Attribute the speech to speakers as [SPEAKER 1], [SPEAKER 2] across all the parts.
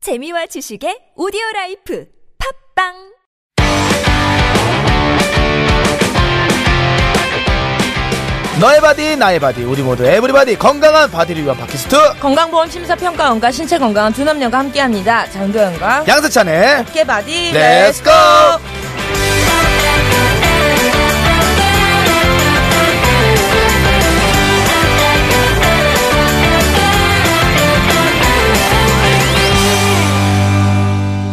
[SPEAKER 1] 재미와 지식의 오디오 라이프 팝빵
[SPEAKER 2] 너의 바디 나의 바디 우리 모두 에브리바디 건강한 바디를 위한 팟캐스트
[SPEAKER 3] 건강보험 심사평가원과 신체 건강한 두 남녀가 함께합니다. 장도연과
[SPEAKER 2] 양세찬의
[SPEAKER 3] 깨바디
[SPEAKER 2] Let's go!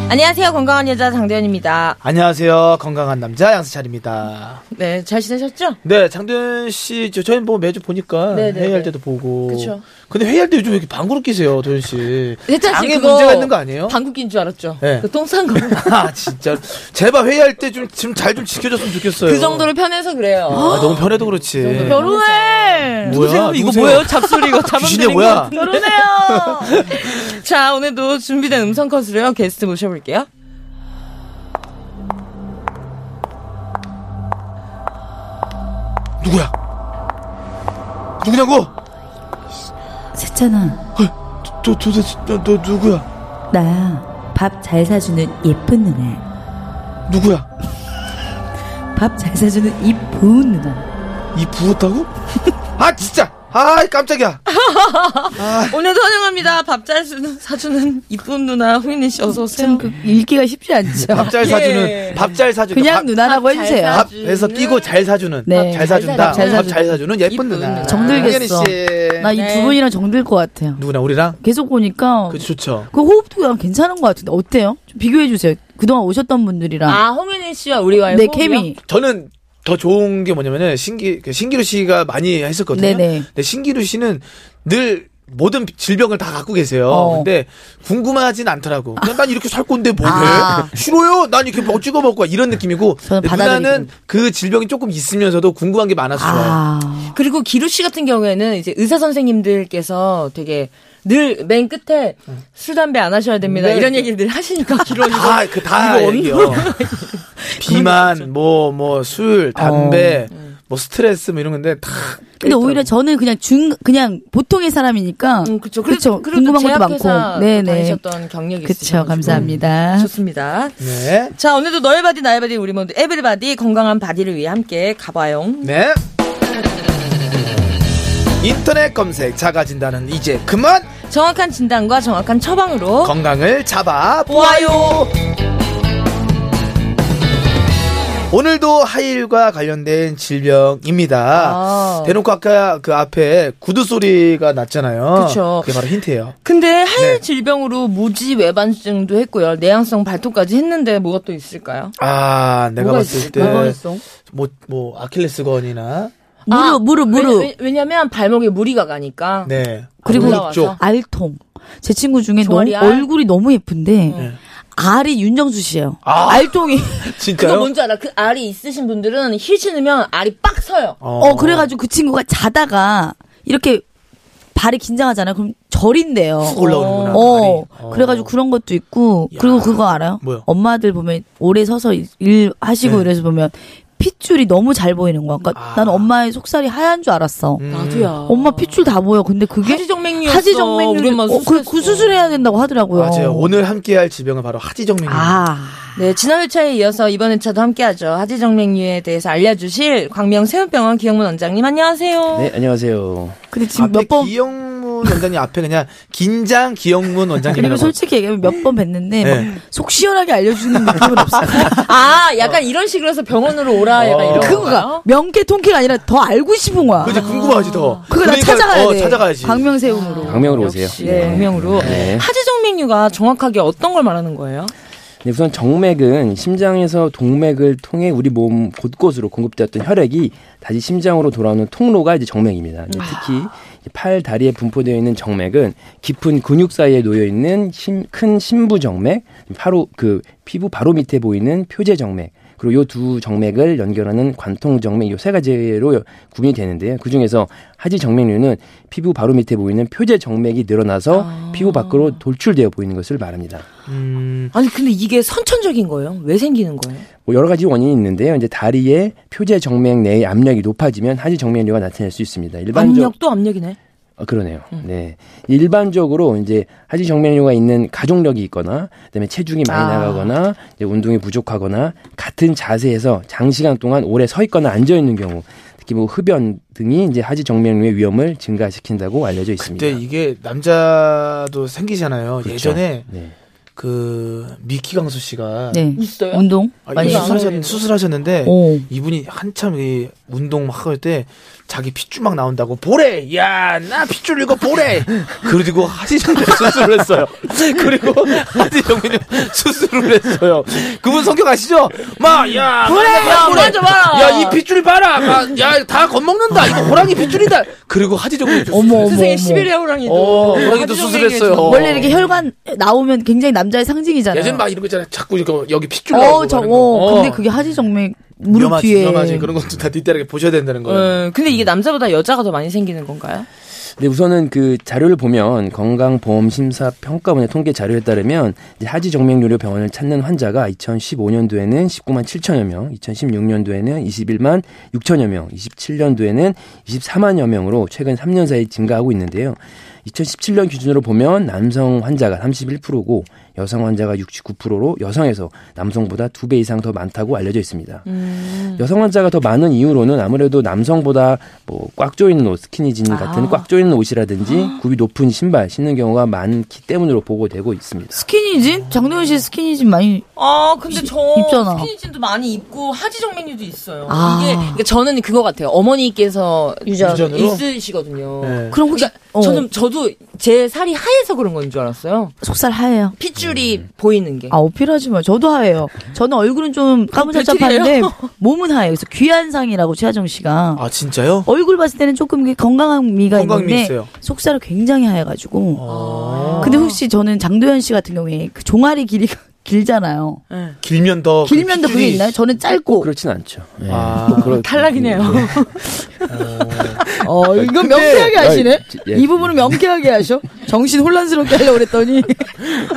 [SPEAKER 3] 안녕하세요. 건강한 여자 장도연입니다.
[SPEAKER 2] 안녕하세요 건강한 남자 양세찬입니다
[SPEAKER 3] 네, 잘 지내셨죠?
[SPEAKER 2] 네 장도연 씨 저, 저희는 뭐 매주 보니까
[SPEAKER 3] 네, 네,
[SPEAKER 2] 회의할
[SPEAKER 3] 네.
[SPEAKER 2] 때도 보고
[SPEAKER 3] 그쵸.
[SPEAKER 2] 근데 회의할 때 요즘 왜 이렇게 방구를 끼세요 도연 씨
[SPEAKER 3] 세찬 씨
[SPEAKER 2] 방에
[SPEAKER 3] 그거
[SPEAKER 2] 문제가 있는 거 아니에요?
[SPEAKER 3] 방귀인 줄 알았죠?
[SPEAKER 2] 네.
[SPEAKER 3] 그 똥싼 거.
[SPEAKER 2] 아 진짜 제발 회의할 때 좀 좀 잘 좀 지켜줬으면 좋겠어요
[SPEAKER 3] 그 정도로 편해서 그래요. 네.
[SPEAKER 2] 아, 너무 편해도 그렇지
[SPEAKER 3] 결혼해.
[SPEAKER 2] 뭐야
[SPEAKER 4] 이거 뭐예요? 잡소리 이거
[SPEAKER 2] 귀신이
[SPEAKER 4] 잡음들인
[SPEAKER 2] 뭐야
[SPEAKER 3] 결혼해요. 자, 오늘도 준비된 음성 컷으로요. 게스트 모셔볼게요.
[SPEAKER 2] 누구야 누구냐고 어,
[SPEAKER 5] 세찬아,
[SPEAKER 2] 도, 도대체 너, 너 누구야
[SPEAKER 5] 나야. 밥 잘 사주는 예쁜 누나.
[SPEAKER 2] 누구야
[SPEAKER 5] 밥 잘 사주는 이쁜 누나.
[SPEAKER 2] 이 부었다고? 아 진짜 아 깜짝이야
[SPEAKER 3] 오늘도 환영합니다. 밥 잘 사주는 이쁜 누나 후인희 씨 어서 오세요.
[SPEAKER 6] 참 그, 읽기가 쉽지 않죠.
[SPEAKER 2] 밥 잘
[SPEAKER 3] 예.
[SPEAKER 2] 사주는 밥 잘 사주는 그러니까
[SPEAKER 6] 그냥
[SPEAKER 2] 밥,
[SPEAKER 6] 누나라고
[SPEAKER 3] 밥
[SPEAKER 6] 해주세요.
[SPEAKER 3] 잘
[SPEAKER 2] 밥에서 끼고 잘 사주는
[SPEAKER 6] 네.
[SPEAKER 2] 밥 잘 사준다
[SPEAKER 6] 밥 잘
[SPEAKER 2] 밥
[SPEAKER 6] 사주는.
[SPEAKER 2] 잘 사주는 예쁜
[SPEAKER 3] 이쁜
[SPEAKER 2] 누나
[SPEAKER 3] 누나.
[SPEAKER 6] 정들겠어.
[SPEAKER 2] 홍현희 씨.
[SPEAKER 6] 나 이 두
[SPEAKER 3] 네.
[SPEAKER 6] 분이랑 정들 것 같아요.
[SPEAKER 2] 누구나 우리랑
[SPEAKER 6] 계속 보니까
[SPEAKER 2] 그
[SPEAKER 6] 그,
[SPEAKER 2] 좋죠
[SPEAKER 6] 호흡도 그냥 괜찮은 것 같은데 어때요? 좀 비교해 주세요. 그동안 오셨던 분들이랑
[SPEAKER 3] 아, 홍윤희 씨와 우리와의
[SPEAKER 6] 내
[SPEAKER 3] 호흡이요?
[SPEAKER 6] 네, 케미.
[SPEAKER 2] 저는 더 좋은 게 뭐냐면은 신기 그 신기루 씨가 많이 했었거든요
[SPEAKER 6] 네네.
[SPEAKER 2] 근데 신기루 씨는 늘 모든 질병을 다 갖고 계세요.
[SPEAKER 6] 어.
[SPEAKER 2] 근데 궁금하진 않더라고. 그냥 난 이렇게 살 건데 뭐래? 싫어요. 난 이렇게 뭐 찍어 먹고 이런 느낌이고.
[SPEAKER 6] 아. 저는
[SPEAKER 2] 근데 누나는 그 질병이 조금 있으면서도 궁금한 게 많아서 좋아요.
[SPEAKER 6] 아,
[SPEAKER 3] 그리고 기루 씨 같은 경우에는 이제 의사 선생님들께서 되게 늘 맨 끝에 술 담배 안 하셔야 됩니다.
[SPEAKER 2] 네.
[SPEAKER 3] 이런 얘기를 늘 하시니까 기루 언니.
[SPEAKER 2] 다, 그, 다 얘기요. 비만, 뭐, 뭐, 술, 담배, 뭐, 스트레스, 뭐, 이런 건데, 다.
[SPEAKER 6] 어. 네. 근데 오히려 저는 그냥 중 그냥 보통의 사람이니까.
[SPEAKER 3] 음, 그렇죠.
[SPEAKER 6] 그쵸. 궁금한 것도 많고. 네네.
[SPEAKER 3] 다니셨던 경력이
[SPEAKER 6] 그쵸.
[SPEAKER 3] 있으셔가지고. 음,
[SPEAKER 6] 감사합니다.
[SPEAKER 3] 좋습니다.
[SPEAKER 2] 네.
[SPEAKER 3] 자, 오늘도 너의 바디, 나의 바디, 우리 모두 에브리바디, 건강한 바디를 위해 함께 가봐요.
[SPEAKER 2] 네. 인터넷 검색 작아진다는 이제 그만
[SPEAKER 3] 정확한 진단과 정확한 처방으로
[SPEAKER 2] 건강을 잡아
[SPEAKER 3] 보아요.
[SPEAKER 2] 오늘도 하일과 관련된 질병입니다.
[SPEAKER 3] 아.
[SPEAKER 2] 대놓고 아까 그 앞에 구두 소리가 났잖아요.
[SPEAKER 3] 그쵸.
[SPEAKER 2] 게 바로 힌트예요.
[SPEAKER 3] 근데 하일
[SPEAKER 2] 네.
[SPEAKER 3] 질병으로 무지 외반증도 했고요. 내향성 발톱까지 했는데 뭐가 또 있을까요?
[SPEAKER 2] 아, 내가
[SPEAKER 3] 뭐가
[SPEAKER 2] 봤을
[SPEAKER 3] 있을까요? 뭐가 있어?
[SPEAKER 2] 때뭐뭐 아킬레스건이나
[SPEAKER 3] 아,
[SPEAKER 6] 무릎 무릎 무릎.
[SPEAKER 3] 왜, 냐 왜냐면 발목에 무리가 가니까.
[SPEAKER 2] 네.
[SPEAKER 6] 그리고
[SPEAKER 2] 무릎 쪽.
[SPEAKER 3] 올라와서.
[SPEAKER 6] 알통. 제 친구 중에 너무
[SPEAKER 3] 종아리 알?
[SPEAKER 6] 얼굴이 너무 예쁜데 알이 윤정수 씨예요. 알통이.
[SPEAKER 3] 그거
[SPEAKER 2] 진짜요?
[SPEAKER 3] 뭔지 알아? 그 알이 있으신 분들은 힐 신으면 알이 빡 서요.
[SPEAKER 6] 어, 그래가지고 그 친구가 자다가 이렇게 발이 긴장하잖아요. 그럼 절인대요.
[SPEAKER 2] 훅 올라오는구나. 발이.
[SPEAKER 6] 어,
[SPEAKER 2] 어.
[SPEAKER 6] 그래가지고 그런 것도 있고,
[SPEAKER 2] 야.
[SPEAKER 6] 그리고 그거 알아요?
[SPEAKER 2] 뭐요?
[SPEAKER 6] 엄마들 보면 오래 서서 일- 일하시고
[SPEAKER 2] 네.
[SPEAKER 6] 이래서 보면 핏줄이 너무 잘 보이는 거야. 그러니까
[SPEAKER 2] 아.
[SPEAKER 6] 난 엄마의 속살이 하얀 줄 알았어.
[SPEAKER 2] 음.
[SPEAKER 3] 나도야.
[SPEAKER 6] 엄마 핏줄 다 보여. 근데 그게
[SPEAKER 3] 음. 하지정맥류였어.
[SPEAKER 6] 하지정맥류.
[SPEAKER 3] 우리 엄마
[SPEAKER 6] 어, 그, 그
[SPEAKER 3] 수술했어.
[SPEAKER 6] 수술해야 된다고 하더라고요.
[SPEAKER 2] 맞아요. 오늘 함께할 질병은 바로 하지정맥입니다.
[SPEAKER 6] 아.
[SPEAKER 3] 네, 지난 회차에 이어서 이번 회차도 함께하죠. 하지정맥류에 대해서 알려주실 광명 세운병원 기영문 원장님 안녕하세요.
[SPEAKER 7] 네, 안녕하세요.
[SPEAKER 6] 근데 지금
[SPEAKER 2] 앞에
[SPEAKER 6] 몇 번,
[SPEAKER 2] 기영문 원장님 앞에 그냥 긴장 기영문
[SPEAKER 6] 그리고
[SPEAKER 2] 원장님이라고.
[SPEAKER 6] 솔직히 얘기하면 몇 번 뵀는데,
[SPEAKER 2] 네.
[SPEAKER 6] 막 속 시원하게 알려주는 느낌은 없어요.
[SPEAKER 3] 아, 약간 이런 식으로 해서 병원으로 오라 약간
[SPEAKER 2] 어.
[SPEAKER 3] 이런
[SPEAKER 6] 그거가
[SPEAKER 3] 건가요?
[SPEAKER 6] 명쾌 통쾌가 아니라 더 알고 싶은 거야.
[SPEAKER 2] 그치 궁금하지 더.
[SPEAKER 6] 그거 나
[SPEAKER 2] 그러니까,
[SPEAKER 6] 찾아가야
[SPEAKER 2] 어,
[SPEAKER 6] 돼.
[SPEAKER 2] 찾아가야지.
[SPEAKER 6] 광명세움으로.
[SPEAKER 7] 광명으로 오세요.
[SPEAKER 3] 역시 광명으로.
[SPEAKER 7] 네.
[SPEAKER 3] 하지정맥류가 정확하게 어떤 걸 말하는 거예요?
[SPEAKER 7] 네, 우선 정맥은 심장에서 동맥을 통해 우리 몸 곳곳으로 공급되었던 혈액이 다시 심장으로 돌아오는 통로가 이제 정맥입니다. 이제 특히 이제 팔, 다리에 분포되어 있는 정맥은 깊은 근육 사이에 놓여 있는 심- 큰 심부 정맥, 바로 그 피부 바로 밑에 보이는 표제 정맥. 그리고 요 두 정맥을 연결하는 관통 정맥 요 세 가지로 구분이 되는데요. 그 중에서 하지 정맥류는 피부 바로 밑에 보이는 표제 정맥이 늘어나서 피부 밖으로 돌출되어 보이는 것을 말합니다.
[SPEAKER 3] 아니 근데 이게 선천적인 거예요? 왜 생기는 거예요?
[SPEAKER 7] 뭐 여러 가지 원인이 있는데요. 이제 다리의 표제 정맥 내의 압력이 높아지면 하지 정맥류가 나타날 수 있습니다. 일반적
[SPEAKER 3] 압력도 압력이네.
[SPEAKER 7] 아, 그러네요. 네. 일반적으로 이제 하지 정맥류가 있는 가족력이 있거나 그다음에 체중이 많이
[SPEAKER 3] 아.
[SPEAKER 7] 나가거나 이제 운동이 부족하거나 같은 자세에서 장시간 동안 오래 서 있거나 앉아 있는 경우 특히 뭐 흡연 등이 이제 하지 정맥류의 위험을 증가시킨다고 알려져 있습니다.
[SPEAKER 2] 그때 이게 남자도 생기잖아요. 예전에
[SPEAKER 7] 네.
[SPEAKER 2] 그 미키 강수 씨가
[SPEAKER 6] 네.
[SPEAKER 3] 있어요?
[SPEAKER 6] 운동.
[SPEAKER 2] 아,
[SPEAKER 3] 많이
[SPEAKER 2] 수술하셨,
[SPEAKER 3] 안
[SPEAKER 2] 수술하셨는데
[SPEAKER 6] 오.
[SPEAKER 2] 이분이 한참 이 운동 막 할 때 자기 핏줄 막 나온다고 보래 야나 핏줄 이거 보래 그리고 하지정맥 수술을 했어요 그리고 하지정맥 수술을 했어요 그분 성격 아시죠 마야 보래야 보래 야이 핏줄 봐라 야 다 겁먹는다 이거 호랑이 핏줄이다 그리고 하지정맥
[SPEAKER 6] 어머, 어머.
[SPEAKER 3] 선생님
[SPEAKER 6] 어머.
[SPEAKER 3] 시베리아 호랑이도
[SPEAKER 2] 어 호랑이도 수술했어요
[SPEAKER 6] 원래 이렇게 혈관 나오면 굉장히 남자의 상징이잖아요.
[SPEAKER 2] 예전 막 이런 거 있잖아 자꾸 이거 여기 핏줄
[SPEAKER 6] 어,
[SPEAKER 2] 나오고
[SPEAKER 6] 저,
[SPEAKER 2] 하는 거.
[SPEAKER 6] 어,
[SPEAKER 2] 어.
[SPEAKER 6] 근데 그게 하지정맥 무릎
[SPEAKER 2] 위험하지,
[SPEAKER 6] 뒤에. 네.
[SPEAKER 2] 위험하지. 그런 것도 다 뒷다리게 보셔야 된다는 거예요.
[SPEAKER 3] 어, 근데 이게 남자보다 여자가 더 많이 생기는 건가요?
[SPEAKER 7] 근데 우선은 그 자료를 보면 건강보험심사평가원의 통계 자료에 따르면 이제 하지정맥류로 병원을 찾는 환자가 2015년도에는 19만 7천여 명, 2016년도에는 21만 6천여 명, 27년도에는 24만여 명으로 최근 3년 사이 증가하고 있는데요. 2017년 기준으로 보면 남성 환자가 31%고 여성 환자가 69%로 여성에서 남성보다 2배 이상 더 많다고 알려져 있습니다.
[SPEAKER 3] 음.
[SPEAKER 7] 여성 환자가 더 많은 이유로는 아무래도 남성보다 뭐 꽉 조이는 옷, 스키니진
[SPEAKER 3] 아.
[SPEAKER 7] 같은 꽉 조이는 옷이라든지 굽이 높은 신발 신는 경우가 많기 때문으로 보고되고 있습니다.
[SPEAKER 6] 스키니진? 장동현 씨 스키니진 많이.
[SPEAKER 3] 아, 근데 저
[SPEAKER 6] 입잖아.
[SPEAKER 3] 스키니진도 많이 입고 하지정맥류도 있어요.
[SPEAKER 6] 아.
[SPEAKER 3] 이게 그러니까 저는 그거 같아요. 어머니께서 유전
[SPEAKER 2] 유전으로?
[SPEAKER 3] 있으시거든요.
[SPEAKER 2] 네.
[SPEAKER 6] 그럼 혹시,
[SPEAKER 3] 그러니까 저는 저도 제 살이 하얘서 그런 건 줄 알았어요.
[SPEAKER 6] 속살 하예요.
[SPEAKER 3] 핏줄이 보이는 게.
[SPEAKER 6] 아, 어필하지 마. 저도 하예요. 저는 얼굴은 좀
[SPEAKER 3] 아,
[SPEAKER 6] 까무잡잡한데, 몸은 하예요. 그래서 귀한상이라고 최하정 씨가.
[SPEAKER 2] 아 진짜요?
[SPEAKER 6] 얼굴 봤을 때는 조금 이게 건강한 미가
[SPEAKER 2] 건강미
[SPEAKER 6] 있는데,
[SPEAKER 2] 있어요.
[SPEAKER 6] 속살을 굉장히 하얘가지고.
[SPEAKER 2] 아.
[SPEAKER 6] 근데 혹시 저는 장도현 씨 같은 경우에 그 종아리 길이가 길잖아요.
[SPEAKER 3] 네.
[SPEAKER 2] 어, 길면 더
[SPEAKER 6] 길면 더 그게
[SPEAKER 2] 핏줄이-
[SPEAKER 6] 있나요? 저는 짧고.
[SPEAKER 7] 그렇진 않죠. 예.
[SPEAKER 2] 아,
[SPEAKER 7] 그렇- 예.
[SPEAKER 3] 탈락이네요.
[SPEAKER 6] 어, 이건 명쾌하게 하시네?
[SPEAKER 7] 예.
[SPEAKER 6] 이 부분은 명쾌하게 하셔? 정신 혼란스럽게 하려고 그랬더니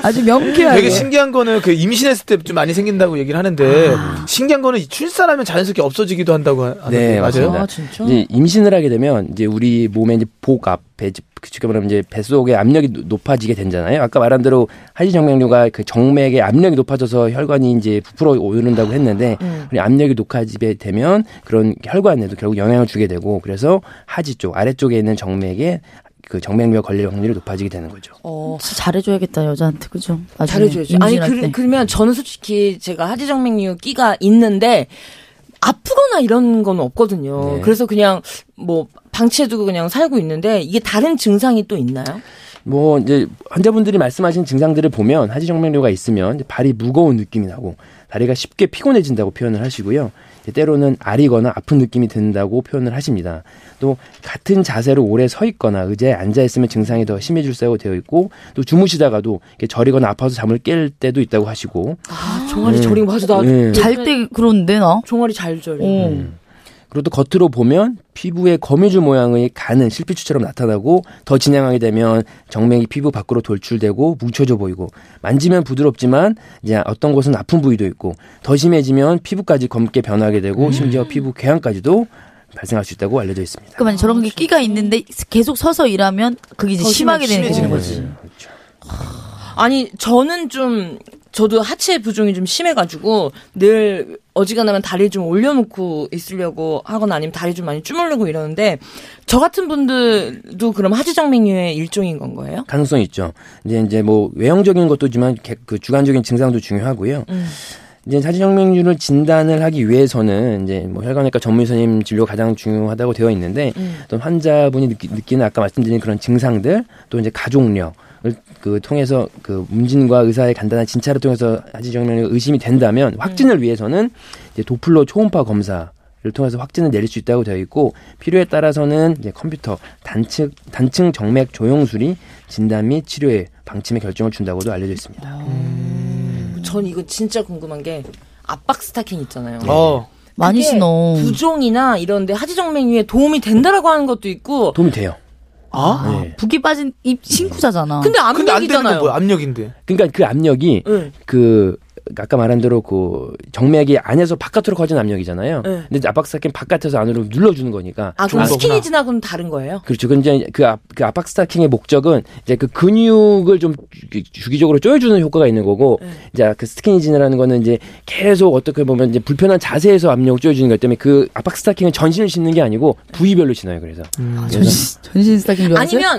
[SPEAKER 6] 아주 명쾌하게.
[SPEAKER 2] 되게 신기한 거는 그 임신했을 때 좀 많이 생긴다고 얘기를 하는데
[SPEAKER 6] 아.
[SPEAKER 2] 신기한 거는 이 출산하면 자연스럽게 없어지기도 한다고 하는데
[SPEAKER 7] 네,
[SPEAKER 2] 맞아요.
[SPEAKER 7] 맞습니다.
[SPEAKER 3] 진짜?
[SPEAKER 7] 이제 임신을 하게 되면 이제 우리 몸의 이제 복 앞에 이제 그 쉽게 말하면 이제 뱃속의 압력이 노- 높아지게 되잖아요. 아까 말한 대로 하지정맥류가 그 정맥의 압력이 높아져서 혈관이 이제 부풀어 오른다고 했는데 우리 압력이 높아지게 되면 그런 혈관에도 결국 영향을 주게 되고 그래서 하지 쪽 아래쪽에 있는 정맥에 그 정맥류가 걸릴 확률이 높아지게 되는 거죠.
[SPEAKER 3] 어,
[SPEAKER 6] 진짜 잘해줘야겠다 여자한테 그죠? 나중에
[SPEAKER 3] 잘해줘야죠. 아니
[SPEAKER 6] 네, 임신할 때.
[SPEAKER 3] 그, 러면 저는 솔직히 제가 하지정맥류 끼가 있는데 아프거나 이런 건 없거든요.
[SPEAKER 7] 네.
[SPEAKER 3] 그래서 그냥 뭐 방치해두고 그냥 살고 있는데 이게 다른 증상이 또 있나요?
[SPEAKER 7] 뭐 이제 환자분들이 말씀하신 증상들을 보면 하지정맥류가 있으면 이제 발이 무거운 느낌이 나고 다리가 쉽게 피곤해진다고 표현을 하시고요. 이제 때로는 아리거나 아픈 느낌이 든다고 표현을 하십니다. 또 같은 자세로 오래 서 있거나 의자에 앉아 있으면 증상이 더 심해질 수라고 되어 있고 또 주무시다가도 이렇게 저리거나 아파서 잠을 깰 때도 있다고 하시고
[SPEAKER 3] 아, 종아리 저리고 맞아. 나
[SPEAKER 7] 예.
[SPEAKER 6] 잘 때 그런데 나.
[SPEAKER 3] 종아리 잘 저리.
[SPEAKER 6] 네. 어.
[SPEAKER 7] 그리고 또 겉으로 보면 피부에 거미줄 모양의 간은 실핏줄처럼 나타나고 더 진행하게 되면 정맥이 피부 밖으로 돌출되고 뭉쳐져 보이고 만지면 부드럽지만 이제 어떤 곳은 아픈 부위도 있고 더 심해지면 피부까지 검게 변하게 되고 심지어 피부 궤양까지도 발생할 수 있다고 알려져 있습니다.
[SPEAKER 6] 아, 그만 저런 게 끼가 있는데 계속 서서 일하면 그게 이제
[SPEAKER 3] 더
[SPEAKER 6] 심하게
[SPEAKER 3] 심해-
[SPEAKER 6] 되는
[SPEAKER 2] 심해지는
[SPEAKER 6] 거예요.
[SPEAKER 2] 거지.
[SPEAKER 7] 그렇죠.
[SPEAKER 3] 아니 저는 좀 저도 하체 부종이 좀 심해가지고 늘 어지간하면 다리 좀 올려놓고 있으려고 하거나 아니면 다리 좀 많이 주물르고 이러는데 저 같은 분들도 그럼 하지정맥류의 일종인 건 거예요?
[SPEAKER 7] 가능성이 있죠. 이제 이제 뭐 외형적인 것도지만 개- 그 주관적인 증상도 중요하고요. 이제 사지정맥류를 진단을 하기 위해서는 이제 뭐 혈관외과 전문 의사님 진료 가 가장 중요하다고 되어 있는데 또 환자분이 느끼, 는 아까 말씀드린 그런 증상들 또 이제 가족력 을그 통해서 그 문진과 의사의 간단한 진찰을 통해서 하지정맥류 의심이 된다면 확진을 위해서는 이제 도플러 초음파 검사 를 통해서 확진을 내릴 수 있다고 되어 있고 필요에 따라서는 이제 컴퓨터 단층 단층 정맥 조영술이 진단 및 치료에 방침의 결정을 준다고도 알려져 있습니다.
[SPEAKER 3] 전 이거 진짜 궁금한 게 압박 스타킹 있잖아요.
[SPEAKER 2] 어.
[SPEAKER 6] 많이
[SPEAKER 3] 그게
[SPEAKER 6] 신어.
[SPEAKER 3] 부종이나 이런데 하지정맥류에 도움이 된다라고 하는 것도 있고
[SPEAKER 7] 도움이 돼요.
[SPEAKER 2] 아?
[SPEAKER 7] 네.
[SPEAKER 6] 부기 빠진 입 신고 자잖아.
[SPEAKER 3] 근데
[SPEAKER 2] 근데 뭐 안 되는 건
[SPEAKER 3] 압력이잖아요.
[SPEAKER 2] 뭐야? 압력인데.
[SPEAKER 7] 그러니까 그 압력이
[SPEAKER 3] 응.
[SPEAKER 7] 그 아까 말한 대로 그 정맥이 안에서 바깥으로 커진
[SPEAKER 2] 예.
[SPEAKER 7] 압력이잖아요.
[SPEAKER 3] 네.
[SPEAKER 7] 근데 압박사킨 바깥에서 안으로 눌러주는 거니까.
[SPEAKER 3] 아, 그럼
[SPEAKER 2] 좋은 거구나.
[SPEAKER 3] 스킨이 지나고는 다른 거예요?
[SPEAKER 7] 그렇죠. 근데 이제 그, 압, 그 압박 스타킹의 목적은 이제 그 근육을 좀 주- 주기적으로 쪼여주는 효과가 있는 거고,
[SPEAKER 2] 예.
[SPEAKER 7] 이제 그 스키니진이라는 거는 이제 계속 어떻게 보면 이제 불편한 자세에서 압력을 쪼여주는 것 때문에 그 압박 스타킹은 전신을 신는 게 아니고 부위별로 신어요. 그래서
[SPEAKER 6] 음. 전신, 전신 스타킹 좋아하세요?
[SPEAKER 3] 아니면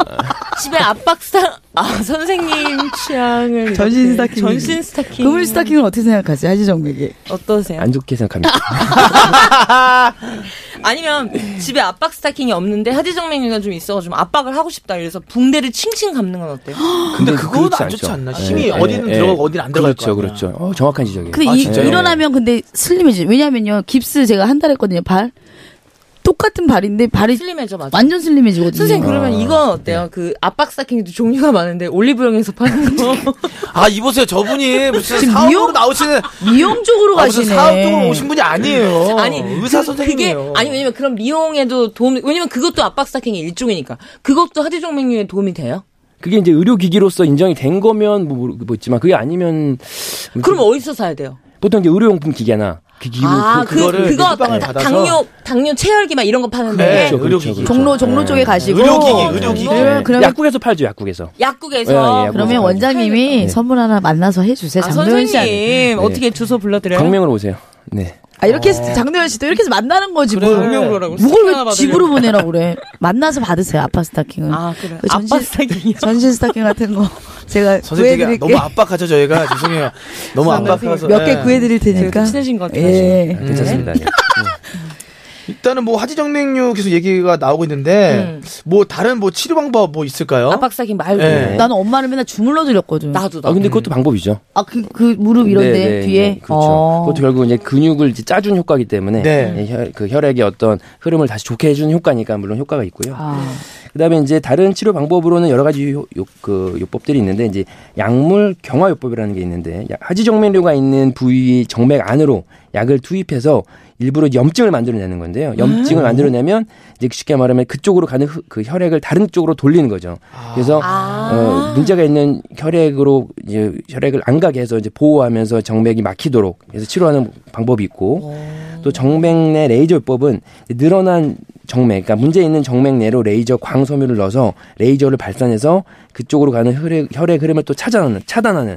[SPEAKER 3] 집에 압박사 아 선생님 취향을
[SPEAKER 6] 전신
[SPEAKER 3] 이렇게-
[SPEAKER 6] 스타킹.
[SPEAKER 3] 전신 스타킹
[SPEAKER 6] 그물 스타킹은 어떻게 생각하세요? 하지정맥이.
[SPEAKER 3] 어떠세요?
[SPEAKER 7] 안 좋게 생각합니다.
[SPEAKER 3] 아니면 집에 압박 스타킹이 없는데 하지정맥류가 좀 있어가지고 압박을 하고 싶다 이래서 붕대를 칭칭 감는 건 어때요?
[SPEAKER 2] 근데
[SPEAKER 7] 근데
[SPEAKER 2] 그건
[SPEAKER 7] 그렇지
[SPEAKER 2] 안 좋지
[SPEAKER 7] 않죠.
[SPEAKER 2] 않나?
[SPEAKER 7] 예,
[SPEAKER 2] 힘이
[SPEAKER 7] 예,
[SPEAKER 2] 어디는
[SPEAKER 7] 예.
[SPEAKER 2] 들어가고 어디는 안 들어갈
[SPEAKER 7] 그렇죠,
[SPEAKER 2] 거 아니야.
[SPEAKER 7] 그렇죠. 어, 정확한 지적이에요.
[SPEAKER 6] 근데
[SPEAKER 2] 아,
[SPEAKER 6] 이,
[SPEAKER 2] 진짜요?
[SPEAKER 6] 일어나면 근데 슬림해지. 왜냐면요. 깁스 제가 한 달 했거든요. 발. 똑같은 발인데 발이
[SPEAKER 3] 슬림해져 맞아.
[SPEAKER 6] 완전 슬림해지거든요.
[SPEAKER 3] 선생님 그러면 이건
[SPEAKER 2] 네.
[SPEAKER 3] 어때요? 그 압박 스타킹도 종류가 많은데 올리브영에서 파는 거.
[SPEAKER 2] 아 이보세요 저분이 무슨
[SPEAKER 6] 지금
[SPEAKER 2] 사업으로
[SPEAKER 6] 미용-
[SPEAKER 2] 나오시는
[SPEAKER 6] 미용 쪽으로
[SPEAKER 2] 아, 무슨
[SPEAKER 6] 가시네.
[SPEAKER 2] 사업 쪽으로 오신 분이 아니에요.
[SPEAKER 3] 아니
[SPEAKER 2] 어, 의사
[SPEAKER 3] 그-
[SPEAKER 2] 선생님이에요.
[SPEAKER 3] 그게 아니 왜냐면 그럼 미용에도 도움 왜냐면 그것도 압박 스타킹의 일종이니까 그것도 하지정맥류에 도움이 돼요?
[SPEAKER 7] 그게 이제 의료기기로서 인정이 된 거면 뭐, 모르- 뭐 있지만 그게 아니면
[SPEAKER 3] 그럼 어디서 사야 돼요?
[SPEAKER 7] 보통 이제 의료용품 기계나 그 기구
[SPEAKER 3] 아,
[SPEAKER 7] 그-
[SPEAKER 3] 그,
[SPEAKER 2] 그거를
[SPEAKER 3] 그거
[SPEAKER 2] 이제 쿠팡을
[SPEAKER 3] 다-
[SPEAKER 2] 받아서-
[SPEAKER 3] 당뇨 당뇨 체열기 막 이런 거 파는데
[SPEAKER 2] 그래,
[SPEAKER 7] 그렇죠,
[SPEAKER 2] 의료기기.
[SPEAKER 7] 그렇죠, 그렇죠.
[SPEAKER 6] 종로 종로 쪽에 가시고
[SPEAKER 2] 의료기기, 의료기기.
[SPEAKER 6] 네, 그러면
[SPEAKER 7] 약국에서 팔죠 약국에서
[SPEAKER 3] 약국에서
[SPEAKER 7] 예, 예, 약국에서.
[SPEAKER 6] 그러면
[SPEAKER 7] 그렇죠.
[SPEAKER 6] 원장님이
[SPEAKER 7] 네.
[SPEAKER 6] 선물 하나 만나서 해주세요.
[SPEAKER 3] 아,
[SPEAKER 6] 장도연 씨.
[SPEAKER 3] 선생님
[SPEAKER 6] 아니-
[SPEAKER 2] 네.
[SPEAKER 3] 어떻게 주소 불러드려요?
[SPEAKER 7] 광명으로 오세요 네
[SPEAKER 6] 아
[SPEAKER 2] 어.
[SPEAKER 6] 이렇게 해서 장도연 씨도 이렇게 해서 만나는 거지
[SPEAKER 2] 네.
[SPEAKER 6] 뭘.
[SPEAKER 3] 광명으로 오라고. 스타킹
[SPEAKER 6] 무걸
[SPEAKER 3] 하나
[SPEAKER 6] 왜
[SPEAKER 3] 받으려고.
[SPEAKER 6] 집으로 보내라고 그래. 만나서 받으세요. 아빠 스타킹은.
[SPEAKER 3] 아 그래.
[SPEAKER 6] 그 전신-
[SPEAKER 3] 아빠 스타킹이요.
[SPEAKER 6] 전신 스타킹 같은 거 제가
[SPEAKER 2] 선생님 되게
[SPEAKER 6] 구해드릴게.
[SPEAKER 2] 너무 압박하죠 저희가 죄송해요. 너무 압박해서
[SPEAKER 6] 몇 개
[SPEAKER 2] 예.
[SPEAKER 6] 구해드릴
[SPEAKER 3] 제가
[SPEAKER 6] 테니까.
[SPEAKER 3] 또 친해진 것 같아요.
[SPEAKER 6] 예.
[SPEAKER 7] 아,
[SPEAKER 2] 음.
[SPEAKER 7] 괜찮습니다 네.
[SPEAKER 2] 일단은 뭐 하지정맥류 계속 얘기가 나오고
[SPEAKER 6] 음.
[SPEAKER 2] 있는데 뭐 다른 뭐 치료 방법 뭐 있을까요?
[SPEAKER 3] 압박 스타킹 말고
[SPEAKER 2] 예.
[SPEAKER 6] 네. 나는 엄마를 맨날 주물러 드렸거든.
[SPEAKER 3] 나도
[SPEAKER 7] 네. 아
[SPEAKER 3] 나도.
[SPEAKER 7] 근데 그것도 방법이죠
[SPEAKER 6] 아, 그, 그 무릎 이런데
[SPEAKER 7] 네, 네,
[SPEAKER 6] 뒤에.
[SPEAKER 7] 네, 그렇죠
[SPEAKER 6] 어.
[SPEAKER 7] 그것도 결국 이제 근육을 이제 짜준 효과이기 때문에
[SPEAKER 2] 네.
[SPEAKER 7] 예, 혈, 그 혈액의 어떤 흐름을 다시 좋게 해주는 효과니까 물론 효과가 있고요
[SPEAKER 6] 아,
[SPEAKER 7] 그다음에 이제 다른 치료 방법으로는 여러 가지 요, 요- 그 요법들이 있는데 이제 약물 경화 요법이라는 게 있는데 야- 하지정맥류가 있는 부위 정맥 안으로 약을 투입해서 일부러 염증을 만들어내는 건데요. 염증을 만들어내면 이제 쉽게 말하면 그쪽으로 가는 흐- 그 혈액을 다른 쪽으로 돌리는 거죠. 그래서
[SPEAKER 3] 아.
[SPEAKER 7] 어, 문제가 있는 혈액으로 이제 혈액을 안 가게 해서 이제 보호하면서 정맥이 막히도록 해서 치료하는 방법이 있고 또 정맥 내 레이저 요법은 늘어난 정맥, 그러니까 문제 있는 정맥 내로 레이저 광섬유를 넣어서 레이저를 발산해서 그쪽으로 가는 혈액, 혈액 흐름을 또 차단하는, 차단하는